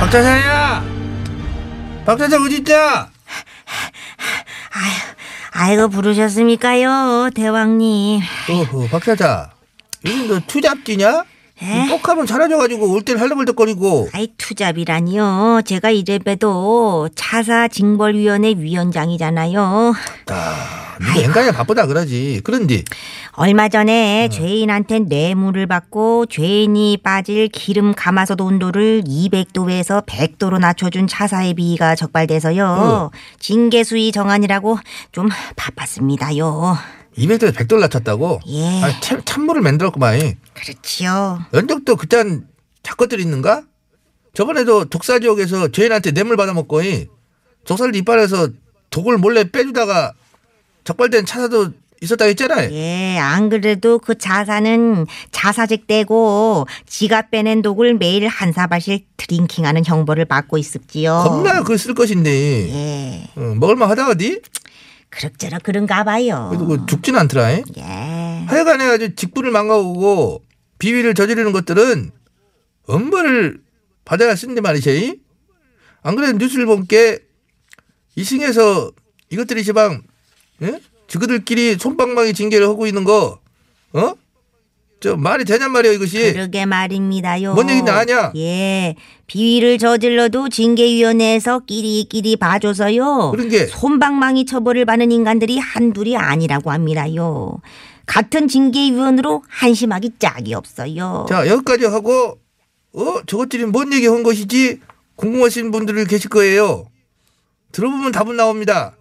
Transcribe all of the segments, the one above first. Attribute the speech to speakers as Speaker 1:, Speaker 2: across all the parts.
Speaker 1: 박차장이야! 박차장 어딨냐?
Speaker 2: 아이고 부르셨습니까요 대왕님
Speaker 1: 어허, 박차장. 요즘 너 투잡지냐? 꼭하면 사라져가지고 올 땐 할러벌떡거리고.
Speaker 2: 아이 투잡이라니요 제가 이래봬도 차사징벌위원회 위원장이잖아요
Speaker 1: 아, 네 앵간히 바쁘다 그러지. 그런데,
Speaker 2: 얼마 전에 죄인한테 뇌물을 받고 죄인이 빠질 기름 감아서 온도를 200도에서 100도로 낮춰준 차사의 비위가 적발돼서요 징계수위 정안이라고 좀 바빴습니다요
Speaker 1: 200도에 100도를 낮췄다고?
Speaker 2: 예.
Speaker 1: 아, 참, 찬물을 만들었구만.
Speaker 2: 그렇지요
Speaker 1: 연적도 그딴 작것들 있는가? 저번에도 독사 지역에서 죄인한테 뇌물 받아먹고, 이. 독사를 이빨에서 독을 몰래 빼주다가 적발된 차사도 있었다 했잖아.
Speaker 2: 예, 안 그래도 그 자사는 자사직 되고 지가 빼낸 독을 매일 한 사발씩 드링킹하는 형벌을 받고 있습지요.
Speaker 1: 겁나 그걸 쓸 것인데.
Speaker 2: 어. 예,
Speaker 1: 어, 먹을만 하다 어디?
Speaker 2: 그럭저럭 그런가 봐요.
Speaker 1: 그래도 그 죽진 않더라. 잉?
Speaker 2: 예,
Speaker 1: 하여간에 아주 직분을 망가오고 비위를 저지르는 것들은 엄벌을 받아야 쓴데 말이지. 안 그래 도 뉴스를 본게 이승에서 이것들이 시방 예? 지그들끼리 손방망이 징계를 하고 있는 거 어? 저 말이 되냔 말이야 이것이.
Speaker 2: 그러게 말입니다요.
Speaker 1: 예. 뭔 얘기인지 아냐?
Speaker 2: 예, 비위를 저질러도 징계위원회에서 끼리끼리 봐줘서요.
Speaker 1: 그런 게.
Speaker 2: 손방망이 처벌을 받는 인간들이 한둘이 아니라고 합니다요. 같은 징계위원으로 한심하기 짝이 없어요.
Speaker 1: 자 여기까지 하고 어 저것들이 뭔 얘기 한 것이지 궁금하신 분들 계실 거예요. 들어보면 답은 나옵니다.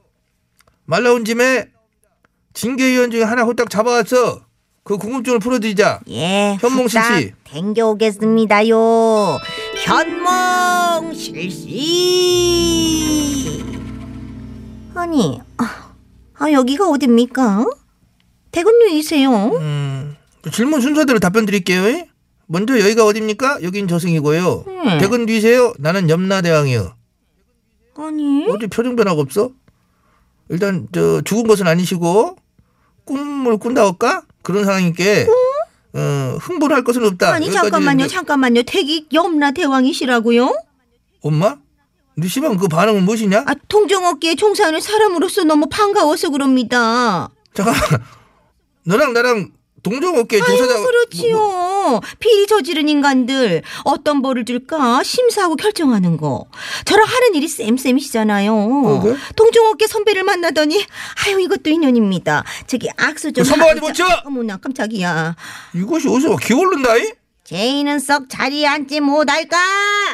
Speaker 1: 말 나온 짐에 징계위원 중에 하나 후딱 잡아와서 그 궁금증을 풀어드리자.
Speaker 2: 예.
Speaker 1: 현몽 실시.
Speaker 2: 후딱 댕겨오겠습니다요. 현몽 실시. 아니, 아, 아, 여기가 어딥니까? 대근류이세요?
Speaker 1: 음, 질문 순서대로 답변 드릴게요. 먼저 여기가 어디입니까? 여긴 저승이고요.
Speaker 2: 음.
Speaker 1: 대근 뒤세요. 나는 염라대왕이요.
Speaker 2: 아니,
Speaker 1: 어디 표정 변화가 없어? 일단 저 죽은 것은 아니시고 꿈을 꾼다 할까? 그런 상황이께 어, 흥분할 것은 없다.
Speaker 2: 아니
Speaker 1: 여기까지
Speaker 2: 잠깐만요,
Speaker 1: 이제-
Speaker 2: 잠깐만요. 태기 염라 대왕이시라고요?
Speaker 1: 엄마? 네 시방 그 반응은 무엇이냐?
Speaker 2: 아, 통정업계에 종사하는 사람으로서 너무 반가워서 그럽니다.
Speaker 1: 잠깐 너랑 나랑 동종업계
Speaker 2: 아유,
Speaker 1: 종사자
Speaker 2: 그렇지요.
Speaker 1: 뭐,
Speaker 2: 비리 저지른 인간들 어떤 벌을 줄까 심사하고 결정하는 거. 저랑 하는 일이 쌤쌤이시잖아요.
Speaker 1: 어, 그래?
Speaker 2: 동종업계 선배를 만나더니 아유 이것도 인연입니다. 저기 악수 좀.
Speaker 1: 그 선배한테
Speaker 2: 하자.
Speaker 1: 못 쳐!
Speaker 2: 어머나 깜짝이야.
Speaker 1: 뭐, 이것이 어디서 막 기어오른다이?
Speaker 2: 제인은 썩 자리에 앉지 못할까?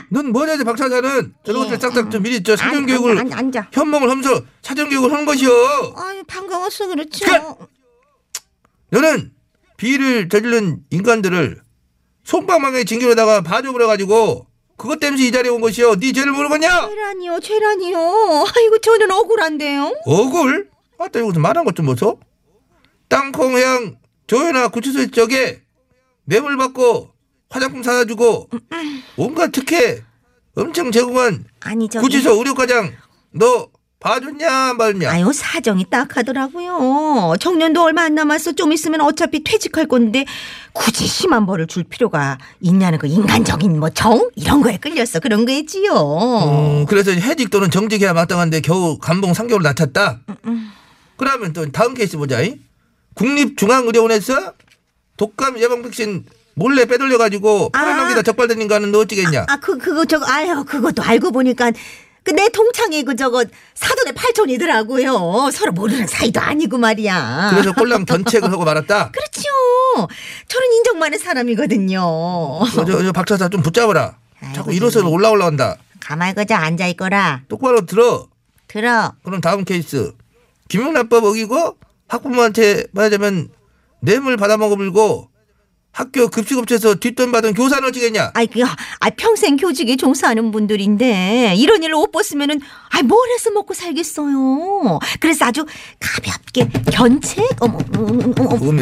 Speaker 1: 넌 뭐냐 이제 박차자는 저런
Speaker 2: 예,
Speaker 1: 것들 싹싹 좀 미리 저 사전교육을
Speaker 2: 앉- 앉- 앉아.
Speaker 1: 현몽을 하면서 사전교육을 하는 것이여
Speaker 2: 아유 반가워서 그렇죠.
Speaker 1: 끝! 너는 비위를 저지른 인간들을 손방망에 징계로다가 봐줘버려가지고 그것 때문에 이 자리에 온 것이여 네 죄를 모르겠냐?
Speaker 2: 죄란이요 죄란이요. 아이고 저는 억울한데요.
Speaker 1: 억울? 아따 여기서 말한 것좀 보소 땅콩향 조현아 구치소 쪽에 뇌물 받고 화장품 사다 주고 온갖 특혜 엄청 제공한
Speaker 2: 아니 저기
Speaker 1: 구치소 의료과장 너 봐줬냐 안 봐줬냐
Speaker 2: 아유 사정이 딱하더라고요. 정년도 얼마 안 남았어. 좀 있으면 어차피 퇴직할 건데 굳이 심한 벌을 줄 필요가 있냐는 그 인간적인 뭐 정 이런 거에 끌렸어. 그런 거였지요.
Speaker 1: 음, 그래서 해직 또는 정직해야 마땅한데 겨우 감봉 3개월 낮췄다. 그러면 또 다음 케이스 보자. 이. 국립중앙의료원에서 독감 예방 백신 몰래 빼돌려 가지고 팔아넘기다 적발된 인간은 너 어찌겠냐?
Speaker 2: 아 그 그거 저거 아유 그것도 알고 보니까 그 내 동창이 그 저거 사돈의 팔촌이더라고요. 서로 모르는 사이도 아니고 말이야.
Speaker 1: 그래서 꼴랑 견책을 하고 말았다.
Speaker 2: 그렇죠. 저는 인정많은 사람이거든요.
Speaker 1: 저, 저, 저 박차사 좀 붙잡아라. 자꾸 일어서 올라올라 한다.
Speaker 2: 가만히 그저 앉아 있거라.
Speaker 1: 똑바로 들어.
Speaker 2: 들어.
Speaker 1: 그럼 다음 케이스. 김용란법 어기고 학부모한테 말하자면 뇌물 받아먹어 불고 학교 급식업체에서 뒷돈 받은 교사는 어찌겠냐?
Speaker 2: 아이 그, 아 평생 교직에 종사하는 분들인데 이런 일로 옷 벗으면은 아이 뭘 해서 먹고 살겠어요. 그래서 아주 가볍게 견책 어머 음, 음, 음, 음.
Speaker 1: 음이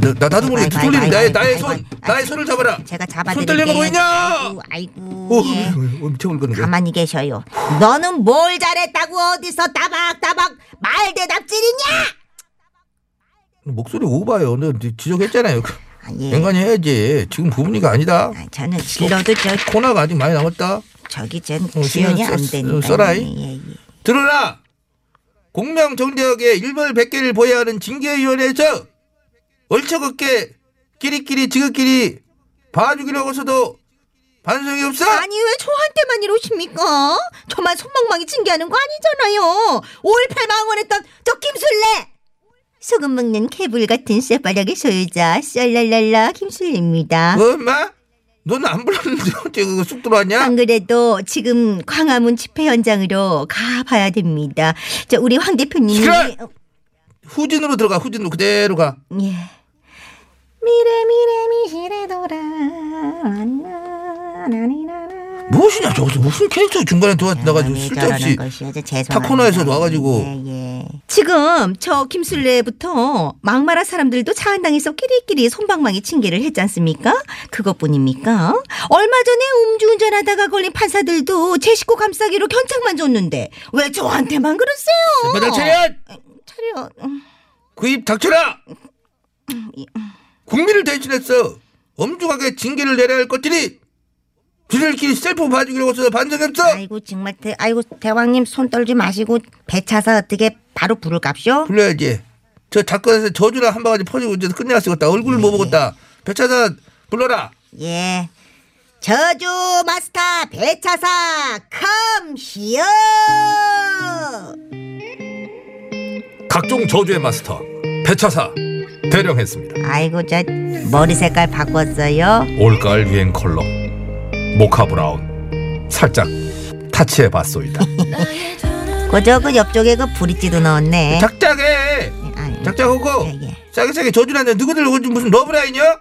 Speaker 1: 음, 나 나도 모르게
Speaker 2: 아이고, 아이고,
Speaker 1: 두들리는 나의
Speaker 2: 아이고,
Speaker 1: 나의
Speaker 2: 아이고,
Speaker 1: 손
Speaker 2: 아이고, 아이고.
Speaker 1: 나의 손을 잡아라.
Speaker 2: 제가 잡아드릴게요.
Speaker 1: 손 떨리는 거 보이냐?
Speaker 2: 아이고, 아이고
Speaker 1: 어,
Speaker 2: 예.
Speaker 1: 엄청 울거는 거야.
Speaker 2: 가만히 계셔요. 너는 뭘 잘했다고 어디서 따박따박 말 대답질이냐?
Speaker 1: 목소리 오바요. 너 지적했잖아요.
Speaker 2: 아, 예.
Speaker 1: 인간이 해야지. 지금 부분이가 아니다.
Speaker 2: 아, 저는 질러도 저
Speaker 1: 코나가 아직 많이 남았다.
Speaker 2: 저기 전
Speaker 1: 어,
Speaker 2: 주연이 안
Speaker 1: 써-
Speaker 2: 되니까.
Speaker 1: 써라이.
Speaker 2: 예, 예.
Speaker 1: 들어라. 공명 정대역의 일벌 백개를 보여야 하는 징계위원회에서 얼척없게 끼리끼리 지극끼리 봐주기라고 해서도 반성이 없어?
Speaker 2: 아니 왜 저한테만 이러십니까? 저만 손방망이 징계하는 거 아니잖아요. 5.18망언했던 저 김술래. 소금 먹는 개불 같은 쇠바닥의 소유자 썰랄랄라 김술래입니다.
Speaker 1: 어, 엄마? 너는 안 불렀는데 어떻게 그거 쑥 들어왔냐?
Speaker 2: 안 그래도 지금 광화문 집회 현장으로 가봐야 됩니다. 저 우리 황 대표님이
Speaker 1: 시끄러!
Speaker 2: 어,
Speaker 1: 후진으로 들어가 후진으로 그대로 가
Speaker 2: 예. 미래 미래 미래 돌아 나나나나나
Speaker 1: 무엇이냐 저기서 무슨 캐릭터 중간에 들어와가지고
Speaker 2: 사람이
Speaker 1: 쓸데없이
Speaker 2: 저러는 것이어서 죄송합니다.
Speaker 1: 타코나에서 놔가지고.
Speaker 2: 예, 예. 지금 저 김술래부터 막말한 사람들도 차한당에서 끼리끼리 손방망이 징계를 했지 않습니까? 그것뿐입니까? 얼마 전에 음주운전하다가 걸린 판사들도 제 식구 감싸기로 견책만 줬는데 왜 저한테만 그러세요?
Speaker 1: 바닥 차렷!
Speaker 2: 차려. 음,
Speaker 1: 그 입 닥쳐라! 국민을 대신해서 엄중하게 징계를 내려야 할 것들이 지들끼리 셀프 봐주기로 해서 반성했어!
Speaker 2: 아이고 정말 대, 아이고 대왕님 손 떨지 마시고 배 차서 어떻게 바로 부를 값이요?
Speaker 1: 불러야지 저 작가에서 저주나 한 방아지 퍼지고 이제 끝내야 쓰겠다 얼굴을 못 보겠다 배차사 불러라
Speaker 2: 예. 저주 마스터 배차사 컴 히어.
Speaker 3: 각종 저주의 마스터 배차사 대령했습니다.
Speaker 2: 아이고 저 머리 색깔 바꿨어요.
Speaker 3: 올가을 유행 컬러 모카 브라운 살짝 타치해봤소이다.
Speaker 2: 그저 그 옆쪽에 그 브릿지도 넣었네.
Speaker 1: 작작해
Speaker 2: 아이,
Speaker 1: 작작하고
Speaker 2: 예, 예.
Speaker 1: 싸게 싸게 저주나 누구들 오지 무슨 러브라인이야?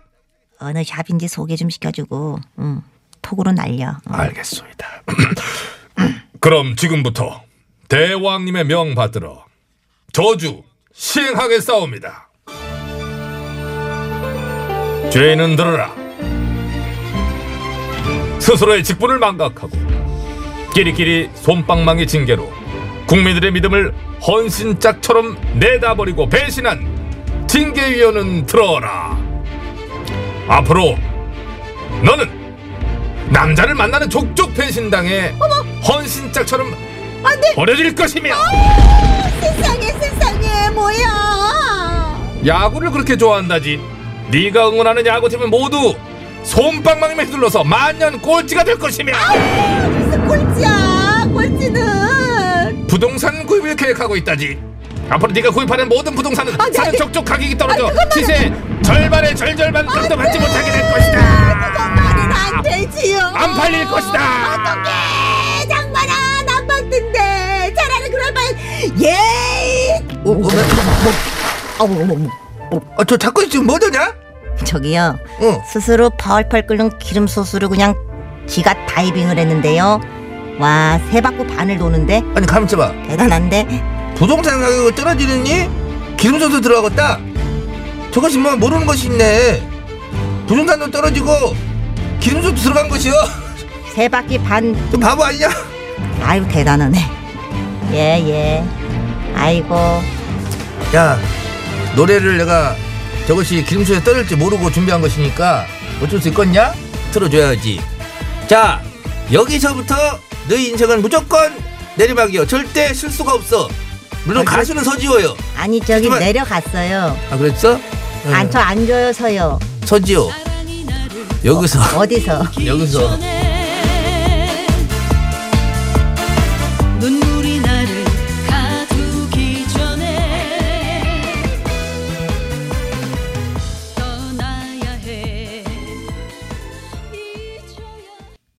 Speaker 2: 어느 샵인지 소개 좀 시켜주고 응. 톡으로 날려. 어. 응.
Speaker 3: 알겠소이다. 그럼 지금부터 대왕님의 명 받들어 저주 시행하게 싸웁니다. 죄인은 들어라. 스스로의 직분을 망각하고 끼리끼리 손방망이 징계로 국민들의 믿음을 헌신짝처럼 내다버리고 배신한 징계위원은 들어라. 앞으로 너는 남자를 만나는 족족 배신당에 헌신짝처럼 버려질 것이며
Speaker 2: 세상에 세상에 뭐야?
Speaker 3: 야구를 그렇게 좋아한다지 네가 응원하는 야구팀은 모두 손방망이만 휘둘러서 만년 꼴찌가 될 것이며
Speaker 2: 무슨 꼴찌야 꼴찌는.
Speaker 3: 부동산 구입을 계획하고 있다지 앞으로 네가 구입하는 모든 부동산은 사는 족족 가격이 떨어져 시세 절반의 절절반값도 받지 못하게 될
Speaker 2: 말은
Speaker 3: 것이다
Speaker 2: 안 되지요.
Speaker 3: 안 팔릴 것이다
Speaker 2: 어떡해 장만아 남박든데 차라리 그럴 바엔 예이
Speaker 1: 아 저 작가 지금 뭐더냐?
Speaker 2: 저기요
Speaker 1: 응
Speaker 2: 스스로 펄펄 끓는 기름 소스로 그냥 지가 다이빙을 했는데요 와 세 바퀴 반을 도는데
Speaker 1: 아니 가만 있어봐
Speaker 2: 대단한데
Speaker 1: 부동산 가격이 떨어지느니 기름소도 들어가겠다 저것이 뭐 모르는 것이 있네. 부동산도 떨어지고 기름도 들어간 것이요.
Speaker 2: 세 바퀴 반
Speaker 1: 너 바보 아니냐?
Speaker 2: 아유 대단하네. 예 예. 아이고
Speaker 1: 야 노래를 내가 저것이 기름수에 떨릴지 모르고 준비한 것이니까 어쩔 수 있겠냐? 틀어줘야지. 자 여기서부터 너희 인생은 무조건 내리막이요. 절대 실수가 없어. 물론
Speaker 2: 아이고.
Speaker 1: 가수는 서지호요.
Speaker 2: 아니 저기
Speaker 1: 잠깐만.
Speaker 2: 내려갔어요.
Speaker 1: 아 그랬어? 응.
Speaker 2: 앉혀 앉아요 서요.
Speaker 1: 서지호 여기서
Speaker 2: 어디서?
Speaker 1: 여기서